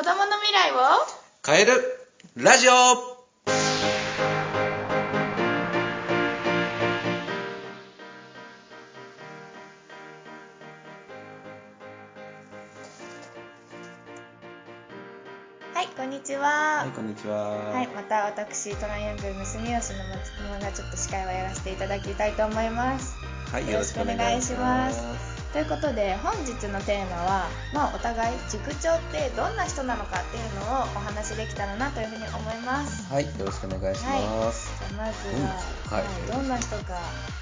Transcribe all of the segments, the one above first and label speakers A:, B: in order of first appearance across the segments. A: 未来を
B: 変えるラジオ
A: はいこんにちは、
B: はいこんにちは、
A: はい、また私トライアングルの住吉の松雲がちょっと司会をやらせていただきたいと思います。
B: はい
A: よろしくお願いします
B: よろしくお願いします
A: ということで本日のテーマは、まあ、お互い塾長ってどんな人なのかっていうのをお話しできたらなというふうに思います。
B: はいよろしくお願いします、
A: じゃあまずは、は
B: はい
A: いどんな人か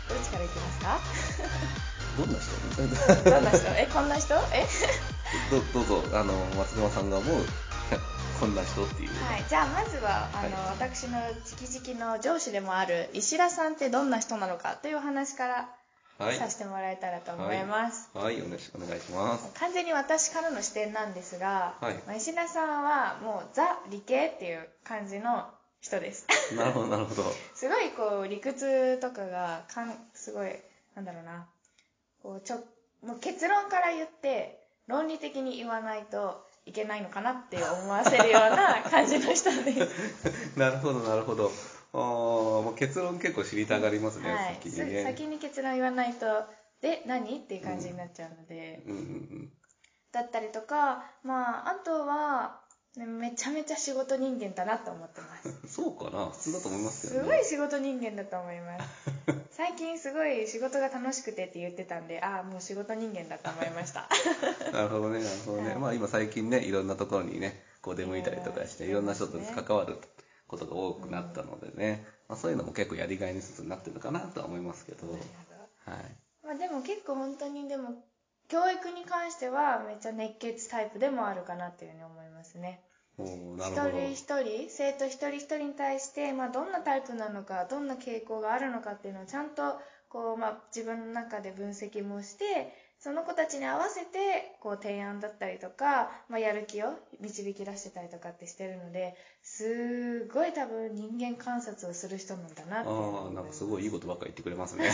A: どっちからいきます
B: どんな人
A: かどんな人えこんな人え
B: ど どうぞあの松沼さんが思う こんな人っていう
A: はいじゃあまずはあの、
B: は
A: 私の直々の上司でもある石田さんってどんな人なのかというお話から
B: はい
A: させてもらえたらと思います、
B: はいよろしくお願いします
A: 完全に私からの視点なんですが、
B: はい
A: まあ石田さんはもうザ理系っていう感じの人です
B: なるほどなるほど
A: すごいこう理屈とかがかんすごいなんだろうなこうちょもう結論から言って論理的に言わないといけないのかなって思わせるような感じの人です。
B: なるほどなるほどあーもう結論結構知りたがりますね、
A: はい、
B: 先
A: す
B: にね
A: 先に結論言わないとで何っていう感じになっちゃうので、
B: うんうん
A: だったりとか、まあ、あとは、ねめちゃめちゃ仕事人間だなと思って ます。
B: うんそうかな普通だと思いますけ
A: す
B: どね
A: ごい仕事人間だと思います。最近すごい仕事が楽しくてって言ってたんで、ああ、もう仕事人間だと思いま した。
B: なるほどね、なるほどね。
A: はい
B: まあ今最近ね、いろんなところにね、こう出向いたりとかして、
A: うん
B: いろんな人と関わることが多くなったのでね、まあそういうのも結構やりがいにつつなってるのかなとは思いますけど、はい。
A: まあでも結構本当にでも、教育に関してはめっちゃ熱血タイプでもあるかなっていうふうに思いますね。
B: おーな
A: 一
B: るほど。
A: 人一人、生徒一人一人に対して、まあ、どんなタイプなのか、どんな傾向があるのかっていうのをちゃんと、こう、まあ、自分の中で分析もして、その子たちに合わせて、こう、提案だったりとか、まあ、やる気を導き出してたりとかってしてるので、すごい多分人間観察をする人なんだなっていう
B: ああ、なんかすごいいい
A: こ
B: ことばっかり言ってくれますね。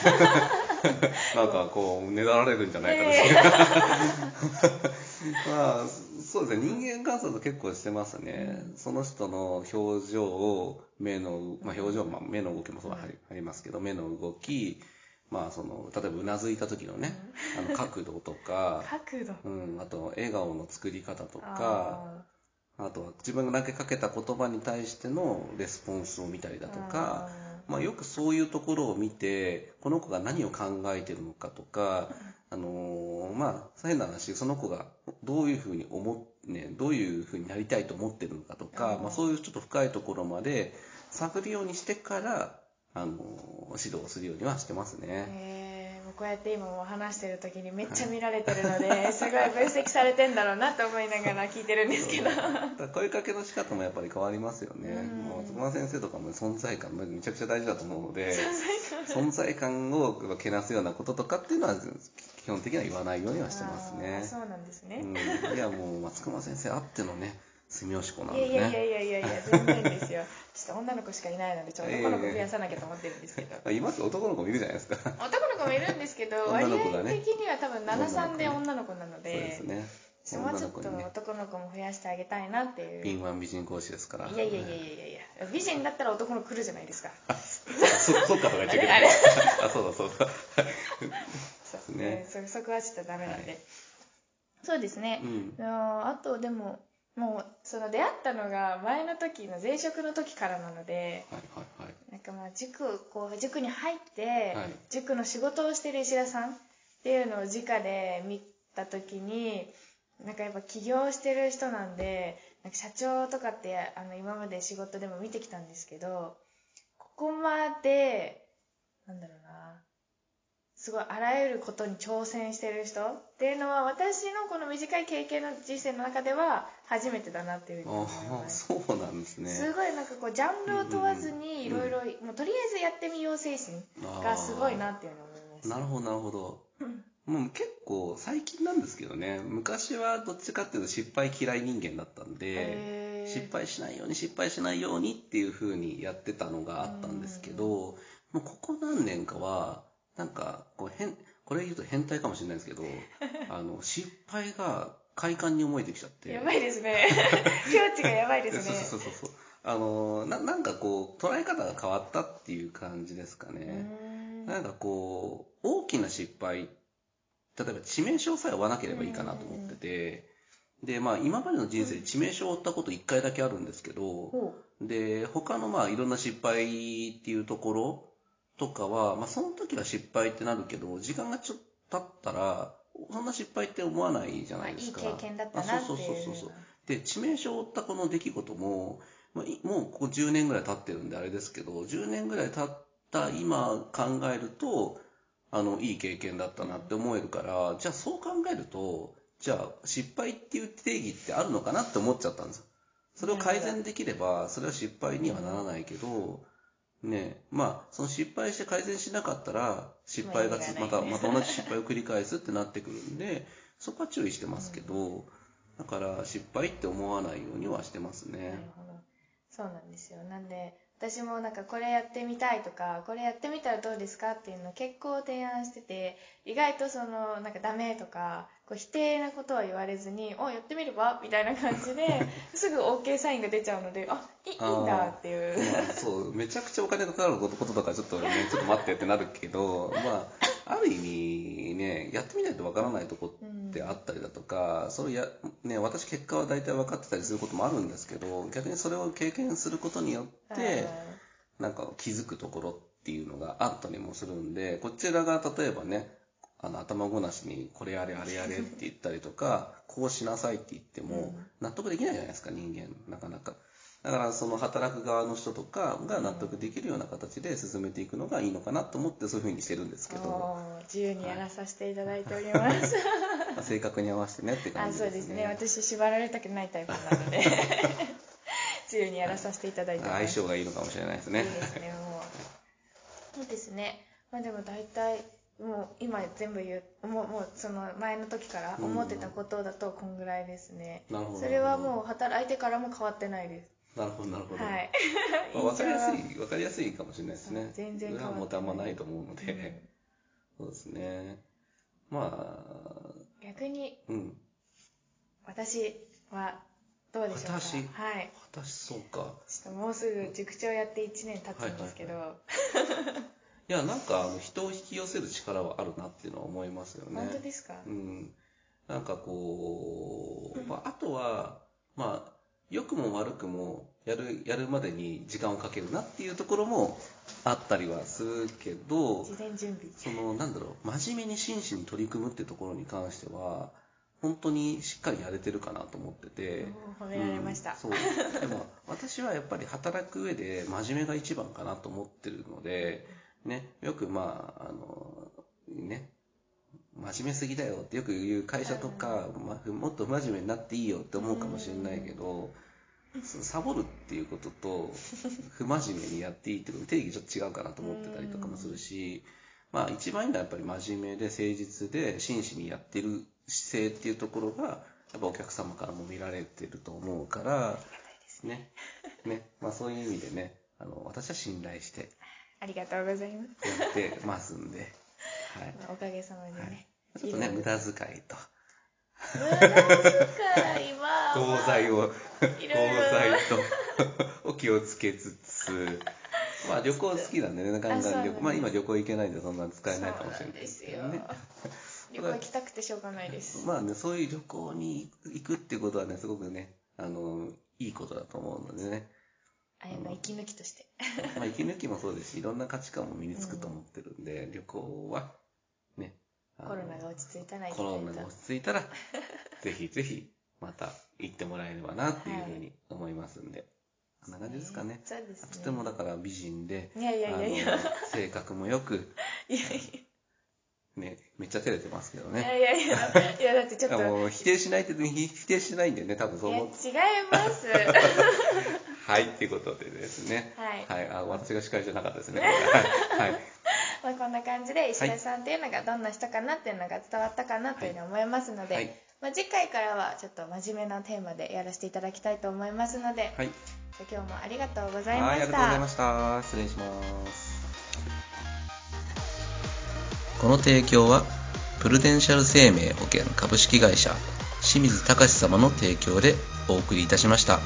B: なんかこう、ねだられるんじゃないかと。 まあ、そうですね。人間観察結構してますね。その人の表情を、目の、まあ表情、まあ目の動きもそうありありますけど、目の動き、まあその、例えばうなずいた時のね、 あの角度とか、
A: 角度。
B: うん、あと笑顔の作り方とか、
A: あ
B: あとは自分が投げかけた言葉に対してのレスポンスを見たりだ
A: ー
B: とか、、まあ、よくそういうところを見て、この子が何を考えてるのかとか、あのーまあ、変な話、その子がどういうふうに思っ、ね、どういうふうになりたいと思ってるのかとか
A: う、ん
B: まあ、そういうちょっと深いところまで探るようにしてから、あのー指導するようにはしてますね。
A: えーもうこうやって今もう話してる時にめっちゃ見られてるので、すごい分析されてんだろうなと思いながら聞いてるんですけど。
B: だから声かけの仕方もやっぱり変わりますよね。
A: うん
B: もう松本先生とかも存在感めちゃくちゃ大事だと思うので、存在感をけなすようなこととかっていうのは基本的には言わないようにはしてます
A: あー
B: ね。
A: そうなんですね。
B: うん、いやもう松隈先生あってのね、住吉子なん
A: い
B: で
A: や
B: ね。
A: いやいやいやいやいや、全然です よ。ちょっと女の子しかいないので、ちょっと男の子増やさなきゃと思ってるんですけど。
B: あいます男の子もいるじゃないですか。
A: 男の子もいるんです けど、
B: 女
A: 割
B: の
A: 合
B: 子がね
A: 的には多分73で女の子なの
B: そうです
A: で、
B: ね。
A: もうちょっと
B: にね、
A: 男の子も増やしてあげたいなっていう。い
B: 敏腕美人講師ですから。
A: やいやいやいやいや、美人だったら男の子来るじゃないですか。
B: あそそうかとか言っちゃいけな
A: あ
B: い
A: れ。
B: あ、そうだそうだ。
A: そう
B: ね
A: そそこはちょっとダメなんで、
B: はい
A: そうですね
B: う、ん。
A: あのあとでももうその出会ったのが前の時の前職の時からなので
B: はいはいはい。
A: なんかまあ塾をこう塾に入って、
B: はい
A: 塾の仕事をしてる石田さんっていうのを直で見た時になんかやっぱ起業してる人なんでなんか社長とかってあの今まで仕事でも見てきたんですけどここまでなんだろうなすごいあらゆることに挑戦してる人っていうのは私のこの短い経験の人生の中では初めてだなっていうふうに思い
B: ああ、
A: ます。
B: そうなんですね。
A: すごいなんかこうジャンルを問わずにい
B: うんうん
A: ろいろもうとりあえずやってみよう精神がすごいなっていうのを思います。
B: なるほど、なるほど。もう結構最近なんですけどね、昔はどっちかっていうと失敗嫌い人間だったんで、
A: へー
B: 失敗しないように失敗しないようにっていう風にやってたのがあったんですけど、もうここ何年かは、なんかこう変、これ言うと変態かもしれないです けど、あの、失敗が快感に思えてきちゃって。
A: やばいですね。境 ちがやばいです
B: そう
A: ね。
B: そうそうそう。あのな、なんかこう、捉え方が変わったっていう感じですか
A: うー
B: ね。
A: ん
B: なんかこう、大きな失敗、例えば致命傷さえ負わなければいいかなと思ってて、で、まあ今までの人生で致命傷を負ったこと一回だけあるんですけど、
A: ほ
B: で、他のまあいろんな失敗っていうところとかは、まあその時は失敗ってなるけど、時間がちょっと経ったら、そんな失敗って思わないじゃ
A: うま
B: な
A: あ、
B: い
A: い
B: で
A: い
B: すか。
A: 経験だったなってい
B: あそう
A: う
B: そうそうそうそう。で、致命傷を負ったこの出来事も、まあ、いもうここ10年ぐらい経ってるんであれですけど、10年ぐらい経った今考えると、あの、いい経験だったなって思えるから、じゃあそう考えると、じゃあ失敗っていう定義ってあるのかなって思っちゃったんですよ。それを改善できれば、それは失敗にはならないけど、ねえ、まあ、その失敗して改善しなかったら、失敗がつ
A: まあ
B: ま
A: 意味が
B: た、
A: ないね
B: また同じ失敗を繰り返すってなってくるんで、そこは注意してますけど、だから失敗って思わないようにはしてます
A: なる
B: ね。
A: ほど。そうなんですよ。なんで、私もなんかこれやってみたいとか、これやってみたらどうですかっていうのを結構提案してて、意外とその、なんかダメとか、こう否定なことは言われずに、お、やってみればみたいな感じ で、すぐ OK サインが出ちゃうので、あ、いいいい
B: あー
A: んだっていう。
B: まあ そう、めちゃくちゃお金がかかることとかちょっとね、 ちょっと待ってってなるけど、まあ、ある意味ね、やってみないとわからないとこってあったりだとか、それをや、ね、私結果は大体分かってたりすることもあるんですけど、逆にそれを経験することによって、なんか気づくところっていうのがあったりもするんで、こちらが例えばね、あの頭ごなしにこれやれあれやれって言ったりとか、こうしなさいって言っても納得できないじゃないですか、人間、なかなか。だからその働く側の人とかが納得できるような形で進めていくのがいいのかなと思ってそういう風にしてるんですけ
A: うん
B: ど、
A: もう自由にやらさせていただいております。
B: まあ正確に合わせてねって感
A: あ
B: じ
A: そ
B: で
A: うですすね
B: ね。
A: 私縛られたくないタイプな ので自由にやらさせていただいてます
B: 相性がいいのかもしれないです
A: いい
B: ね。
A: ですねもうそうですねまあでも大体もう今全部言うもうもうその前の時から思ってたことだとこんぐらいですね、
B: なるほど。
A: それはもう働いてからも変わってないです
B: う。なるほど、なるほど。
A: はい
B: まあ、わかりやす
A: 印
B: い、わかりやすいかもしれないですね。
A: 全然変わ
B: 裏
A: ってない
B: もたまないと思う の
A: 象は
B: で、そうですね。まあ、
A: うん逆に
B: うん。
A: 私はどうでしょうか
B: 私
A: はい
B: 私、そうか。
A: ちょっともうすぐ塾長やって1年経つんですけど、
B: はいや、なんか、あの人を引き寄せる力はあるなっていうのは思いますよね。
A: 本当ですか、
B: うん。なんかこう、まあ、あとは、まあ、良くも悪くも、やる、やるまでに時間をかけるなっていうところもあったりはするけど、
A: 事前準備
B: その、なんだろう、真面目に真摯に取り組むってところに関しては、本当にしっかりやれてるかなと思っ てて。
A: おー褒められました、
B: うんそう。でも、私はやっぱり働く上で真面目が一番かなと思ってるので、ね、よくまあ、あの、ね、真面目すぎだよってよく言う会社とか、まあもっと不真面目になっていいよって思うかもしれないけど、そのサボるっていうことと、不真面目にやっていいってこと、定義ちょっと違うかなと思ってたりとかもするし、まあ一番いいのはやっぱり真面目で誠実で真摯にやってる姿勢っていうところが、やっぱお客様からも見られてると思うから、ね。ね。まあそういう意味でね、あの、私は信頼して
A: ありがとうございます
B: やってますんで、はい。
A: まあおかげさまでね、
B: ちょっとね、無駄遣いと、
A: 無駄遣いは
B: 東西を、東
A: い
B: 西
A: ろいろ
B: と、 お気をつけつつ、まあ旅行好きなんでね、ガン
A: そう
B: ガ
A: な
B: ン
A: んで
B: 旅行、
A: す
B: まあ今旅行行けないんでそんな使えないかもし
A: そうな
B: れなんいで
A: ですす
B: け
A: よ
B: どね。
A: 旅行行きたくてしょうがないです
B: まあね、そういう旅行に行くってことはね、すごくね、あの、いいことだと思うのでね。
A: あやっぱ息抜きとして
B: まあ、息抜きもそうですし、いろんな価値観も身につくと思ってるんで、旅行は、ね。あの
A: コロナが落ち着いたら行き
B: コ
A: たい
B: ロナが落ち着 いたら、ぜひぜひ、また行ってもらえればな、っていうふうに思いますんで。こんな感じですかね。
A: そうですね
B: とてもだから美人で、
A: いやいやいやいやいやいやい
B: あの性格もよく、ね、めっちゃ照れてますけどね。
A: やいやいやだってちょっといや違い
B: もう否定しないって、ひ否定しないんでね、多分そう思って。
A: ます
B: はい、っていうことでですね。
A: はい
B: はい。あ、私が司会じゃなかったで すね。はい。はい
A: まあこんな感じで石田さんっていうのがどんな人かなっていうのが伝わったかなというのを思いますので、
B: はい
A: まあ、次回からはちょっと真面目なテーマでやらせていただきたいと思いますので、
B: はい。
A: じゃあ今日もありがとうござい
B: は
A: ま
B: い、あ
A: し
B: りがとうござい
A: た
B: ま。した。失礼します。この提供は、プルデンシャル生命保険株式会社、清水隆様の提供でお送りいたしました。